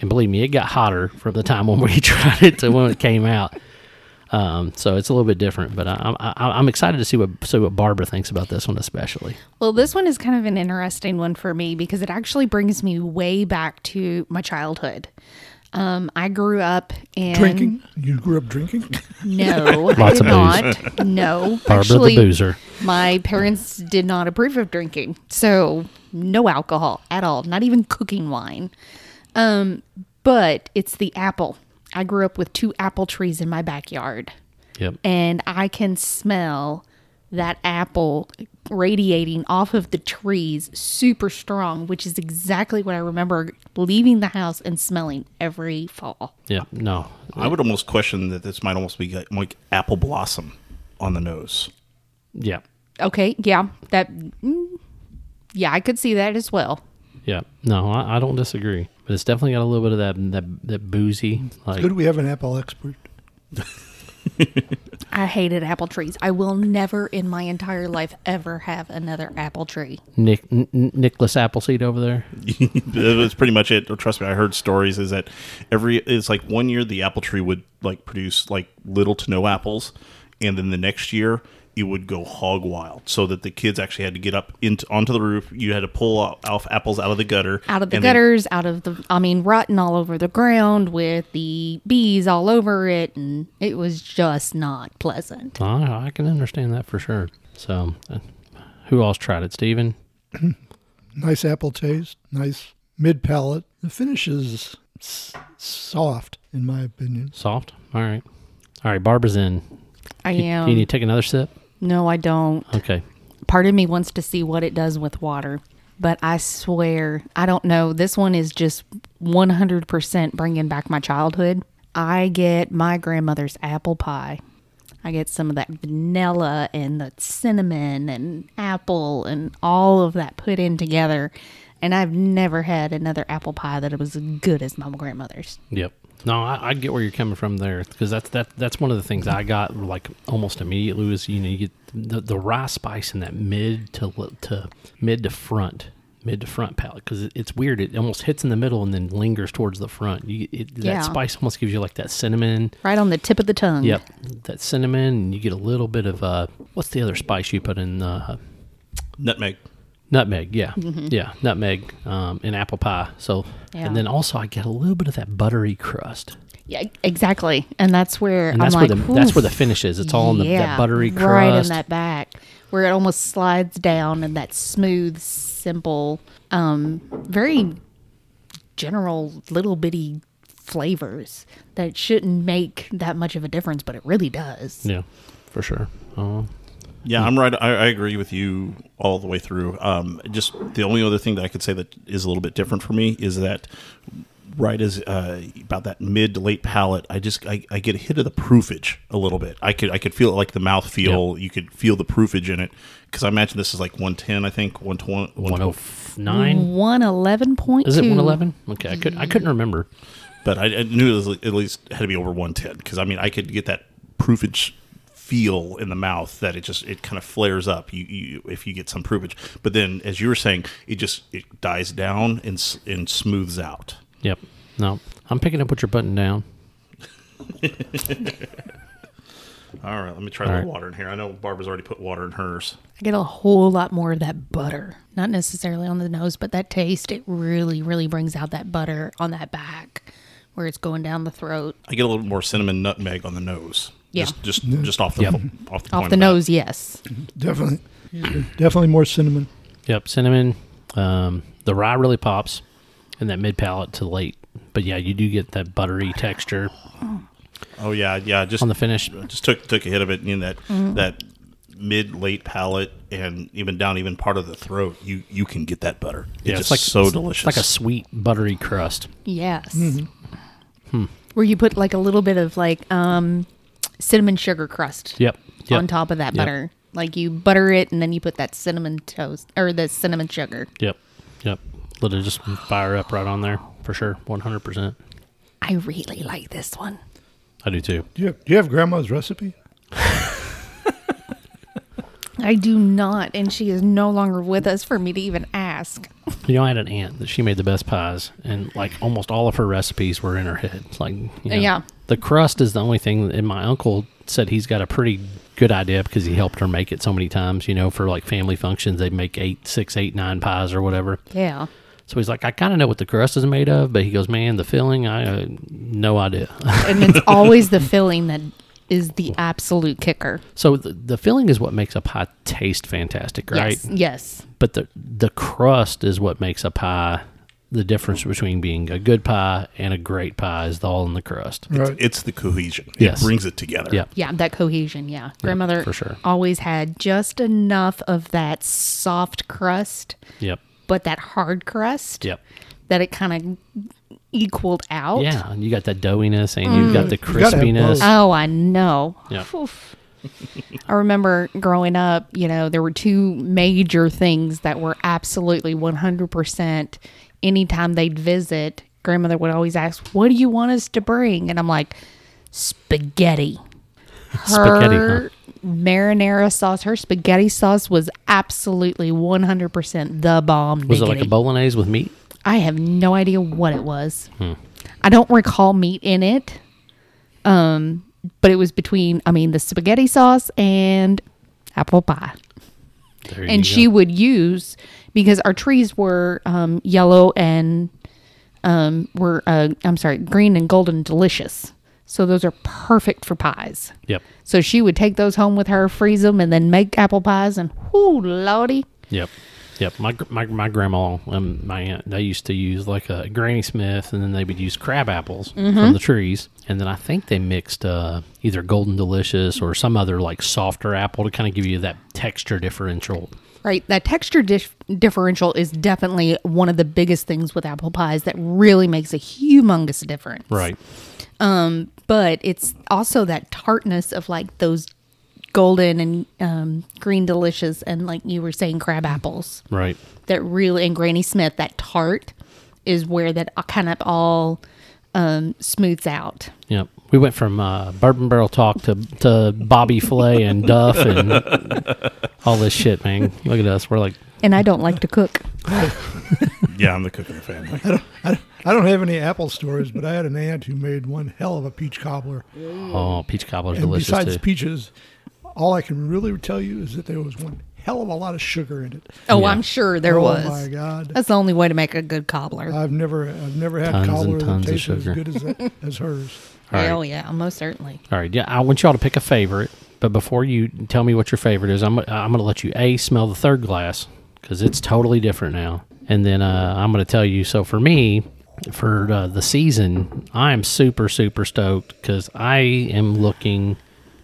Speaker 1: and believe me, it got hotter from the time when we tried it to when it came out. Um, so it's a little bit different, but I, I, I'm excited to see what see what Barbara thinks about this one, especially.
Speaker 2: Well, this one is kind of an interesting one for me because it actually brings me way back to my childhood. Um, I grew up in
Speaker 4: Drinking? You grew up drinking?
Speaker 2: No, I
Speaker 1: Lots
Speaker 2: did
Speaker 1: of
Speaker 2: not. No,
Speaker 1: Barbara
Speaker 2: actually,
Speaker 1: the boozer.
Speaker 2: My parents did not approve of drinking, so no alcohol at all, not even cooking wine. Um, but it's the apple. I grew up with two apple trees in my backyard,
Speaker 1: Yep.
Speaker 2: and I can smell that apple radiating off of the trees super strong, which is exactly what I remember leaving the house and smelling every fall.
Speaker 1: Yep. No.
Speaker 3: I would almost question that this might almost be like, like apple blossom on the nose.
Speaker 1: Yeah.
Speaker 2: Okay, yeah, that, mm, yeah, I could see that as well.
Speaker 1: Yeah. No, I, I don't disagree. But it's definitely got a little bit of that that, that boozy. Like,
Speaker 4: Good, we have an apple expert.
Speaker 2: I hated apple trees. I will never in my entire life ever have another apple tree.
Speaker 1: Nick, N- N- Nicholas Appleseed over there.
Speaker 3: That's pretty much it. Trust me, I heard stories is that every it's like one year the apple tree would like produce like little to no apples, and then the next year it would go hog wild, so that the kids actually had to get up into onto the roof. You had to pull off, off apples out of the gutter,
Speaker 2: Out of the
Speaker 3: and then-
Speaker 2: gutters, out of the, I mean, rotten all over the ground with the bees all over it. And it was just not pleasant.
Speaker 1: I, I can understand that for sure. So, uh, who else tried it? Steven?
Speaker 4: Nice apple taste, nice mid palate. The finish is s- soft, in my opinion.
Speaker 1: Soft? All right. All right. Barbara's in.
Speaker 2: I
Speaker 1: You-
Speaker 2: am.
Speaker 1: You need to take another sip?
Speaker 2: no, I don't.
Speaker 1: Okay.
Speaker 2: part of me wants to see what it does with water but i swear i don't know this one is just 100% bringing back my childhood i get my grandmother's apple pie i get some of that vanilla and the cinnamon and apple and all of that put in together and i've never had another apple pie that was as good as my grandmother's
Speaker 1: Yep. No, I, I get where you're coming from there because that's that that's one of the things I got like almost immediately was you know you get the, the rye spice in that mid to li- to mid to front mid to front palate because it, it's weird it almost hits in the middle and then lingers towards the front you it, that
Speaker 2: Yeah.
Speaker 1: spice almost gives you like that cinnamon
Speaker 2: right on the tip of the tongue
Speaker 1: yep that cinnamon and you get a little bit of uh what's the other spice you put in uh
Speaker 3: nutmeg.
Speaker 1: Nutmeg, yeah, yeah, nutmeg, um, and apple pie. So,
Speaker 2: Mm-hmm. Yeah.
Speaker 1: and then also I get a little bit of that buttery crust,
Speaker 2: yeah exactly and that's where
Speaker 1: and
Speaker 2: i'm
Speaker 1: that's
Speaker 2: like
Speaker 1: where the that's where the
Speaker 2: "Oof."
Speaker 1: finish is. It's all in the that buttery crust.
Speaker 2: right in that back where it almost slides down and that smooth, simple, um, very general little bitty flavors that shouldn't make that much of a difference, but it really does.
Speaker 1: yeah, for sure. Uh,
Speaker 3: Yeah, I'm right. I, I agree with you all the way through. Um, just the only other thing that I could say that is a little bit different for me is that right as uh, about that mid to late palate, I just I, I get a hit of the proofage a little bit. I could I could feel it like the mouth feel. You could feel the proofage in it because I imagine this is like 110. I think 120. 120
Speaker 1: 109
Speaker 2: One eleven point Mm, two. Mm.
Speaker 1: is it 111 okay i could i couldn't remember
Speaker 3: but I, I knew it was at least had to be over 110 because I mean I could get that proofage feel in the mouth that it just it kind of flares up you, you if you get some proofage but then as you were saying it just it dies down and s- and smooths out
Speaker 1: yep no i'm picking up what you're putting down
Speaker 3: all right let me try a
Speaker 1: All
Speaker 3: little
Speaker 1: right.
Speaker 3: water in here i know barbara's already put water in hers
Speaker 2: I get a whole lot more of that butter. Not necessarily on the nose, but that taste, it really, really brings out that butter on that back where it's going down the throat.
Speaker 3: i get a little more cinnamon nutmeg on the nose
Speaker 2: Yeah.
Speaker 3: just just, just off the
Speaker 1: Yep.
Speaker 3: off the,
Speaker 2: Off
Speaker 3: point
Speaker 2: the
Speaker 3: of that.
Speaker 2: nose, yes.
Speaker 4: Definitely, definitely more cinnamon.
Speaker 1: yep cinnamon um the rye really pops in that mid palate to late but yeah you do get that buttery texture
Speaker 3: oh yeah yeah just
Speaker 1: on the finish
Speaker 3: just took took a hit of it in that that mid late palate and even down even part of the throat you you can get that butter
Speaker 1: yeah,
Speaker 3: it's, just so delicious
Speaker 1: like a sweet buttery crust
Speaker 2: Yes.
Speaker 1: Hmm.
Speaker 2: Where you put like a little bit of like um, cinnamon sugar crust
Speaker 1: yep, yep.
Speaker 2: on top of
Speaker 1: Yep.
Speaker 2: that butter. Like you butter it and then you put that cinnamon toast or the cinnamon sugar.
Speaker 1: yep yep let it just fire up right on there for sure 100%
Speaker 2: I really like this one.
Speaker 1: i do too
Speaker 4: Do you have, do you have grandma's recipe?
Speaker 2: I do not, and she is no longer with us for me to even ask.
Speaker 1: You know, I had an aunt that she made the best pies, and like almost all of her recipes were in her head. It's Like, you know,
Speaker 2: Yeah.
Speaker 1: the crust is the only thing. And my uncle said he's got a pretty good idea because he helped her make it so many times. You know, for like family functions, they make eight, six, eight, nine pies or whatever.
Speaker 2: Yeah.
Speaker 1: So he's like, I kind of know what the crust is made of, but he goes, man, the filling, I uh, no idea.
Speaker 2: And it's always the filling that is the absolute kicker.
Speaker 1: so the, the filling is what makes a pie taste fantastic, right?
Speaker 2: Yes. Yes.
Speaker 1: but the the crust is what makes a pie the difference between being a good pie and a great pie is all in the crust.
Speaker 3: it's,
Speaker 4: Right.
Speaker 3: it's the cohesion
Speaker 1: Yes.
Speaker 3: it brings it together
Speaker 1: Yeah.
Speaker 2: Yeah, that cohesion. Yeah. Grandmother
Speaker 1: for sure.
Speaker 2: always had just enough of that soft crust,
Speaker 1: Yep.
Speaker 2: but that hard crust.
Speaker 1: Yep.
Speaker 2: that it kind of equaled out.
Speaker 1: Yeah, and you got that doughiness and you've got the
Speaker 4: Mm. gotta have
Speaker 1: crispiness.
Speaker 4: both.
Speaker 2: Oh, I know.
Speaker 1: Yeah.
Speaker 2: Oof. I remember growing up, you know, there were two major things that were absolutely 100% anytime they'd visit. Grandmother would always ask, What do you want us to bring? And I'm like, Spaghetti. Her
Speaker 1: Spaghetti,
Speaker 2: marinara sauce, her spaghetti sauce was absolutely 100% the bomb.
Speaker 1: Was it like a
Speaker 2: diggity.
Speaker 1: bolognese with meat?
Speaker 2: I have no idea what it was.
Speaker 1: Hmm.
Speaker 2: I don't recall meat in it. Um, but it was between, I mean, the spaghetti sauce and apple pie.
Speaker 1: There you
Speaker 2: and she
Speaker 1: go.
Speaker 2: would use because our trees were um, yellow and um, were uh, I'm sorry, green and golden delicious. So those are perfect for pies.
Speaker 1: Yep.
Speaker 2: So she would take those home with her, freeze them, and then make apple pies. And whoo, lordy,
Speaker 1: Yep. Yep. My gr- my my grandma and my aunt they used to use like a Granny Smith, and then they would use crab apples
Speaker 2: Mm-hmm.
Speaker 1: from the trees, and then I think they mixed uh, either Golden Delicious or some other like softer apple to kind of give you that texture differential.
Speaker 2: Right. That texture dif- differential is definitely one of the biggest things with apple pies that really makes a humongous difference.
Speaker 1: Right.
Speaker 2: But it's also that tartness of like those golden and um, green delicious and like you were saying crab apples
Speaker 1: Right.
Speaker 2: that really and Granny Smith that tart is where that kind of all um, smooths out.
Speaker 1: Yep. We went from uh, bourbon barrel talk to to Bobby Flay and Duff and all this shit, man. Look at us. We're like
Speaker 2: And I don't like to cook.
Speaker 3: Yeah, I'm the cook in the family.
Speaker 4: I don't have any apple stories, but I had an aunt who made one hell of a peach cobbler.
Speaker 1: oh, peach cobbler's
Speaker 4: Mm. And
Speaker 1: delicious
Speaker 4: besides
Speaker 1: too.
Speaker 4: peaches, all I can really tell you is that there was one hell of a lot of sugar in it.
Speaker 2: Oh,
Speaker 1: Yeah.
Speaker 2: I'm sure there
Speaker 4: oh
Speaker 2: was.
Speaker 4: my god! Uh,
Speaker 2: That's the only way to make a good cobbler.
Speaker 4: I've never, I've never had
Speaker 1: Tons and
Speaker 4: cobbler that
Speaker 1: tons of
Speaker 4: tasted as
Speaker 1: sugar.
Speaker 4: good as, that, as hers.
Speaker 1: All right.
Speaker 2: Hell yeah, most certainly.
Speaker 1: All right. Yeah, I want y'all to pick a favorite, but before you tell me what your favorite is, I'm I'm going to let you a smell the third glass because it's totally different now, and then uh, I'm going to tell you. So for me, for uh, the season, I am super super stoked because I am looking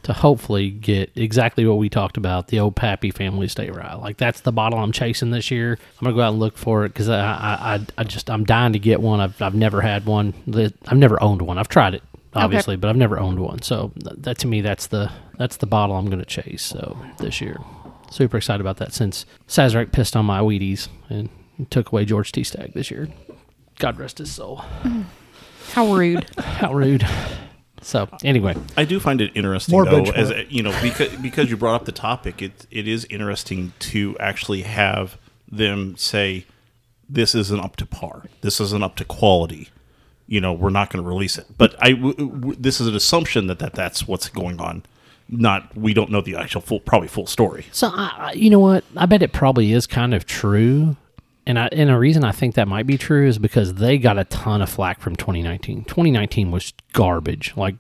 Speaker 1: to hopefully get exactly what we talked about the old Pappy family state rye. Like that's the bottle I'm chasing this year. I'm gonna go out and look for it because I, I I- I just I'm dying to get one. I've I've never had one. that- I've never owned one. I've tried it obviously, but I've never owned one. So th- that to me that's the that's the bottle I'm gonna chase. So this year, super excited about that since Sazerac pissed on my Wheaties and took away George T Stag this year. God rest his soul.
Speaker 2: How rude.
Speaker 1: How rude. So anyway,
Speaker 3: I do find it interesting
Speaker 4: More
Speaker 3: though,
Speaker 4: benchmark.
Speaker 3: as a- you know, because because you brought up the topic, it it is interesting to actually have them say this isn't up to par, this isn't up to quality. You know, we're not going to release it. But I, w- w- this is an assumption that, that that's what's going on. Not we don't know the actual full, probably full story.
Speaker 1: So I, I- you know what? I bet it probably is kind of true, and I and a reason I think that might be true is because they got a ton of flack from 2019. 2019 was garbage. Like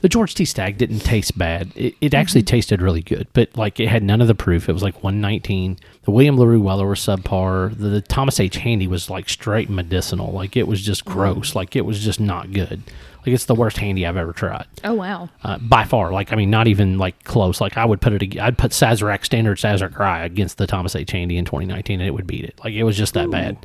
Speaker 1: the George T. Stag didn't taste bad. It, it actually tasted really good, but like it had none of the proof. It was like 119. The William LaRue Weller was subpar. The, the Thomas H. Handy was like straight medicinal. Like it was just gross. Like it was just not good. Like it's the worst handy I've ever tried
Speaker 2: Oh wow.
Speaker 1: uh, by far. Like I mean, not even like close. Like I would put it. ag- I'd put Sazerac standard Sazerac rye against the Thomas H. Handy in 2019, and it would beat it. Like it was just that bad.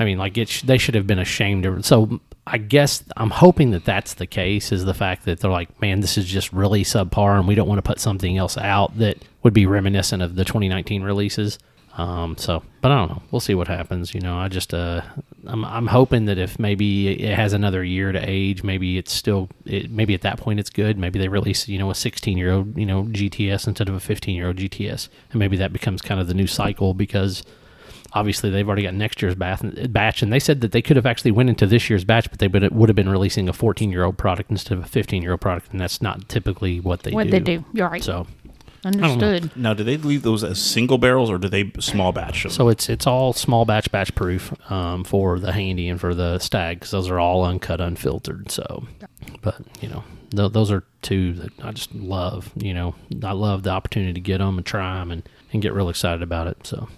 Speaker 1: I mean, like it. Sh- they should have been ashamed of. So I guess I'm hoping that that's the case. Is the fact that they're like, man, this is just really subpar, and we don't want to put something else out that would be reminiscent of the 2019 releases. Um, so, but I don't know. We'll see what happens. You know, I just, uh, I'm, I'm hoping that if maybe it has another year to age, maybe it's still, it, maybe at that point it's good. Maybe they release, you know, a 16 year old, you know, GTS instead of a 15 year old GTS. And maybe that becomes kind of the new cycle because obviously they've already got next year's bath, batch. And they said that they could have actually went into this year's batch, but they would, would have been releasing a 14 year old product instead of a 15 year old product. And that's not typically what they
Speaker 2: What
Speaker 1: do.
Speaker 2: they do. You're right.
Speaker 1: So,
Speaker 2: Understood.
Speaker 3: Now, do they leave those as single barrels or do they small batch them?
Speaker 1: So it's it's all small batch batch proof um, for the handy and for the stag because those are all uncut, unfiltered. So, but you know, th- those are two that I just love. You know, I love the opportunity to get them and try them and, and get real excited about it. So,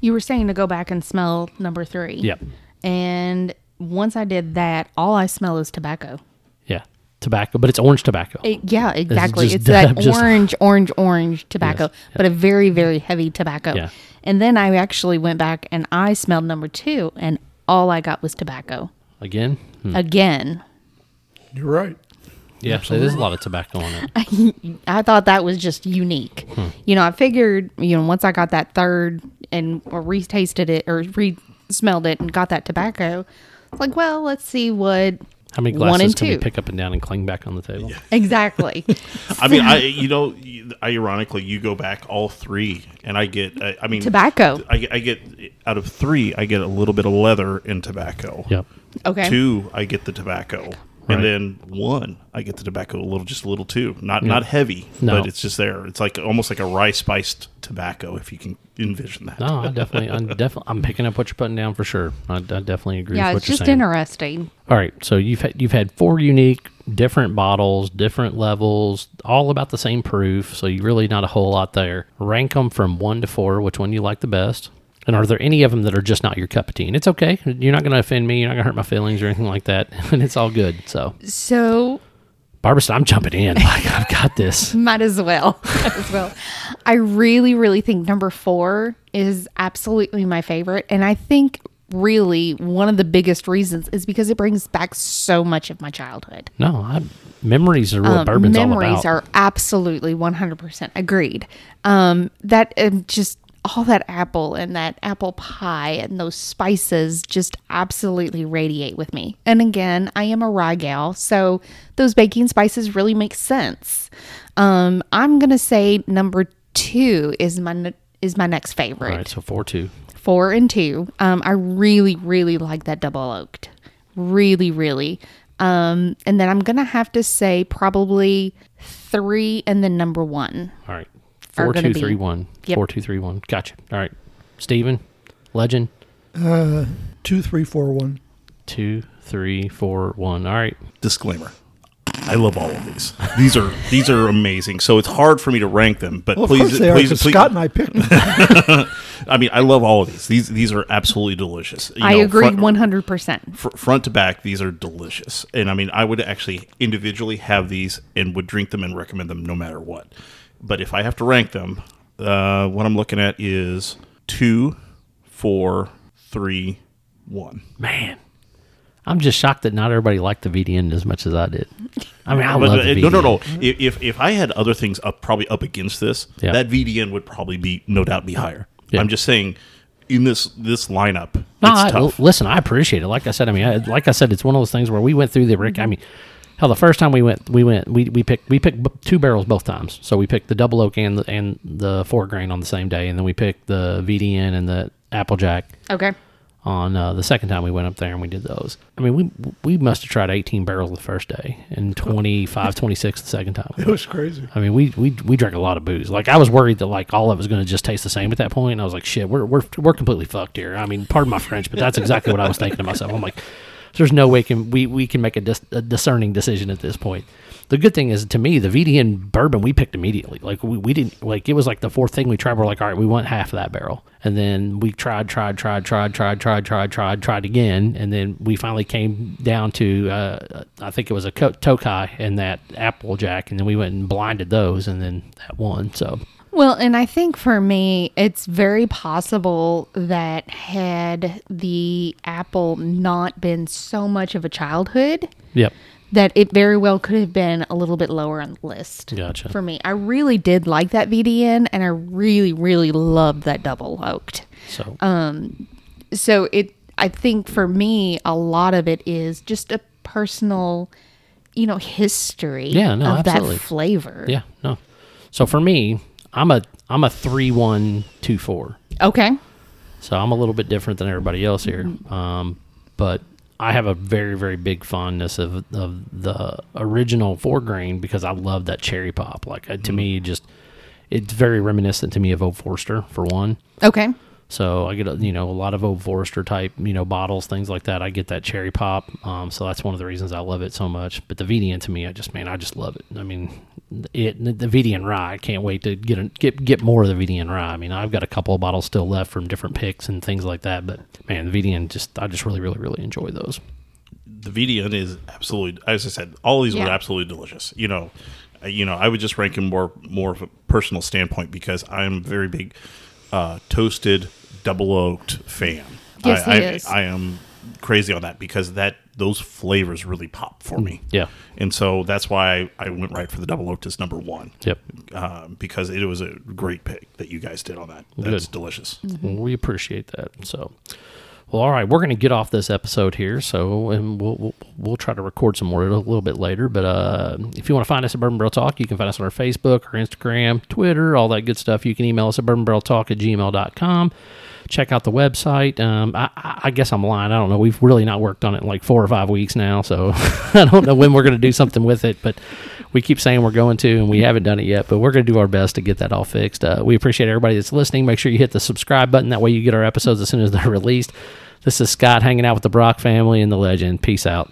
Speaker 2: You were saying to go back and smell number three.
Speaker 1: Yep.
Speaker 2: And once I did that, all I smell is tobacco.
Speaker 1: yeah, tobacco, but it's orange tobacco.
Speaker 2: It, yeah, exactly.
Speaker 1: just
Speaker 2: It's that
Speaker 1: dab, just-
Speaker 2: orange, orange, orange tobacco,
Speaker 1: Yes,
Speaker 2: but a very, very heavy tobacco.
Speaker 1: Yeah.
Speaker 2: And then I actually went back and I smelled number two, and all I got was tobacco
Speaker 1: Again, Hmm.
Speaker 2: again.
Speaker 4: You're right.
Speaker 1: Yeah, so there's a lot of tobacco on it.
Speaker 2: I thought that was just unique.
Speaker 1: Hmm.
Speaker 2: You know, I figured, you know, once I got that third and or retasted it or re smelled it and got that tobacco, it's like, well, let's see what
Speaker 1: How many
Speaker 2: One and
Speaker 1: glasses can we
Speaker 2: two.
Speaker 1: pick up and down and cling back on the table?
Speaker 2: exactly.
Speaker 3: I mean, I you know, you- ironically, you go back all three, and I get. I, I mean,
Speaker 2: Tobacco.
Speaker 3: I, get- I get out of three, I get a little bit of leather and tobacco.
Speaker 1: Yep.
Speaker 2: Okay.
Speaker 3: Two, I get the tobacco,
Speaker 1: Right.
Speaker 3: and then one, I get the tobacco a little, just a little too. Not not heavy,
Speaker 1: No.
Speaker 3: but it's just there. It's like almost like a rye spiced tobacco, if you can envision that.
Speaker 1: No, I definitely, I'm definitely, I'm picking up what you're putting down for sure. I, I definitely agree.
Speaker 2: Yeah,
Speaker 1: with what
Speaker 2: it's
Speaker 1: you're
Speaker 2: just
Speaker 1: saying.
Speaker 2: interesting.
Speaker 1: All right, so you've had, you've had four unique, different bottles, different levels, all about the same proof. So you really not a whole lot there. Rank them from one to four. Which one you like the best? And are there any of them that are just not your cup of tea? And it's okay. You're not going to offend me. You're not going to hurt my feelings or anything like that. And it's all good. So,
Speaker 2: So
Speaker 1: Barbara, said, I'm jumping in. Like I've got this.
Speaker 2: Might as well. Might as well. I really, really think number four is absolutely my favorite. And I think really one of the biggest reasons is because it brings back so much of my childhood.
Speaker 1: No, I, memories are what
Speaker 2: Um,
Speaker 1: bourbon's all
Speaker 2: memories
Speaker 1: about.
Speaker 2: are absolutely 100% agreed. Um, that and just all that apple and that apple pie and those spices just absolutely radiate with me. And again, I am a rye gal, so those baking spices really make sense. Um, I'm gonna say number two is my ne- is my next favorite.
Speaker 1: all right, so four two.
Speaker 2: Four and two. Um, I really, really like that double oaked. Really, really. Um, and then I'm gonna have to say probably three and then number one.
Speaker 1: All right.
Speaker 2: Are
Speaker 1: Four
Speaker 2: gonna
Speaker 1: two
Speaker 2: be-
Speaker 1: three one.
Speaker 2: Yep.
Speaker 1: Four two three one. Gotcha. All right. Steven, legend.
Speaker 4: Two, three, four, one.
Speaker 1: Two, three, four, one. All right.
Speaker 3: Disclaimer. I love all of these. These are these are amazing. So it's hard for me to rank them, but
Speaker 4: Well,
Speaker 3: please,
Speaker 4: of course they are,
Speaker 3: please,
Speaker 4: 'cause
Speaker 3: please-
Speaker 4: Scott and I picked them.
Speaker 3: I mean, I love all of these. These these are absolutely delicious. You
Speaker 2: I
Speaker 3: know,
Speaker 2: agree
Speaker 3: front-
Speaker 2: one hundred percent.
Speaker 3: fr- front to back, these are delicious. And I mean, I would actually individually have these and would drink them and recommend them no matter what. But if I have to rank them, uh, what I'm looking at is two, four, three, one.
Speaker 1: Man. I'm just shocked that not everybody liked the VDN as much as I did. I mean, I
Speaker 3: But,
Speaker 1: love
Speaker 3: uh,
Speaker 1: the VDN.
Speaker 3: no, no, no. If, if if I had other things up, probably up against this,
Speaker 1: Yeah.
Speaker 3: that VDN would probably be no doubt be higher.
Speaker 1: Yeah.
Speaker 3: I'm just saying, in this this lineup,
Speaker 1: No,
Speaker 3: it's
Speaker 1: I- l-
Speaker 3: tough.
Speaker 1: listen, I appreciate it. Like I said, I mean, I, like I said, it's one of those things where we went through the Rick. I mean, hell, the first time we went, we went, we, we picked we picked b- two barrels both times. So we picked the double oak and the, and the four grain on the same day, and then we picked the VDN and the Applejack.
Speaker 2: Okay.
Speaker 1: on uh, the second time we went up there and we did those. I mean, we we must have tried 18 barrels the first day and 25, 26 the second time.
Speaker 4: It was crazy.
Speaker 1: I mean, we, we we drank a lot of booze. Like I was worried that like all of it was going to just taste the same at that point. And I was like, shit, we're we're we're completely fucked here. I mean, pardon my French, but that's exactly what I was thinking to myself. I'm like, there's no way can we we can make a, dis, a discerning decision at this point. The good thing is to me, the VDN bourbon we picked immediately. Like we, we didn't like it was like the fourth thing we tried. We're like, all right, we want half of that barrel, and then we tried, tried, tried, tried, tried, tried, tried, tried, tried again, and then we finally came down to uh, I think it was a co- Tokai and that Applejack, and then we went and blinded those, and then that one. So
Speaker 2: Well, and I think for me, it's very possible that had the apple not been so much of a childhood,
Speaker 1: yep,
Speaker 2: that it very well could have been a little bit lower on the list.
Speaker 1: Gotcha.
Speaker 2: For me, I really did like that VDN, and I really, really loved that double oaked.
Speaker 1: so
Speaker 2: So it, I think for me, a lot of it is just a personal, you know, history.
Speaker 1: Yeah, no,
Speaker 2: of
Speaker 1: absolutely.
Speaker 2: that flavor.
Speaker 1: yeah, no. So for me, I'm a I'm a three one two four.
Speaker 2: Okay.
Speaker 1: So I'm a little bit different than everybody else here. Um, but I have a very, very big fondness of, of the original four grain because I love that cherry pop. Like uh, to me, just it's very reminiscent to me of Old Forester for one.
Speaker 2: Okay.
Speaker 1: So I get a, you know a lot of Old Forester type you know bottles, things like that. I get that cherry pop. Um, so that's one of the reasons I love it so much. But the VDN to me, I just man, I just love it. I mean, it the VDN rye. I can't wait to get a, get get more of the VDN rye. I mean, I've got a couple of bottles still left from different picks and things like that. But man, the VDN just I just really really really enjoy those.
Speaker 3: the VDN is absolutely, as I said, all these were
Speaker 2: Yeah.
Speaker 3: absolutely delicious. You know, uh, you know, I would just rank them more more of a personal standpoint because I'm a very big uh, toasted double oaked fan.
Speaker 2: Yes,
Speaker 3: I,
Speaker 2: he
Speaker 3: I,
Speaker 2: is.
Speaker 3: I am crazy on that because that those flavors really pop for me.
Speaker 1: Yeah.
Speaker 3: And so that's why I went right for the double Otis number one.
Speaker 1: Yep.
Speaker 3: Um, because it was a great pick that you guys did on that. That's delicious.
Speaker 1: Mm-hmm. We appreciate that. So, well, all right, we're going to get off this episode here. So, and we'll, we'll we'll try to record some more a little bit later. But uh, if you want to find us at Bourbon Barrel Talk, you can find us on our Facebook, our Instagram, Twitter, all that good stuff. You can email us at bourbonbarreltalk at gmail.com. Check out the website. Um, I, I I guess I'm lying. I don't know. We've really not worked on it in like four or five weeks now. So I don't know when we're going to do something with it. But we keep saying we're going to, and we haven't done it yet, but we're going to do our best to get that all fixed. Uh, we appreciate everybody that's listening. Make sure you hit the subscribe button. That way you get our episodes as soon as they're released. This is Scott hanging out with the Brock family and the legend. Peace out.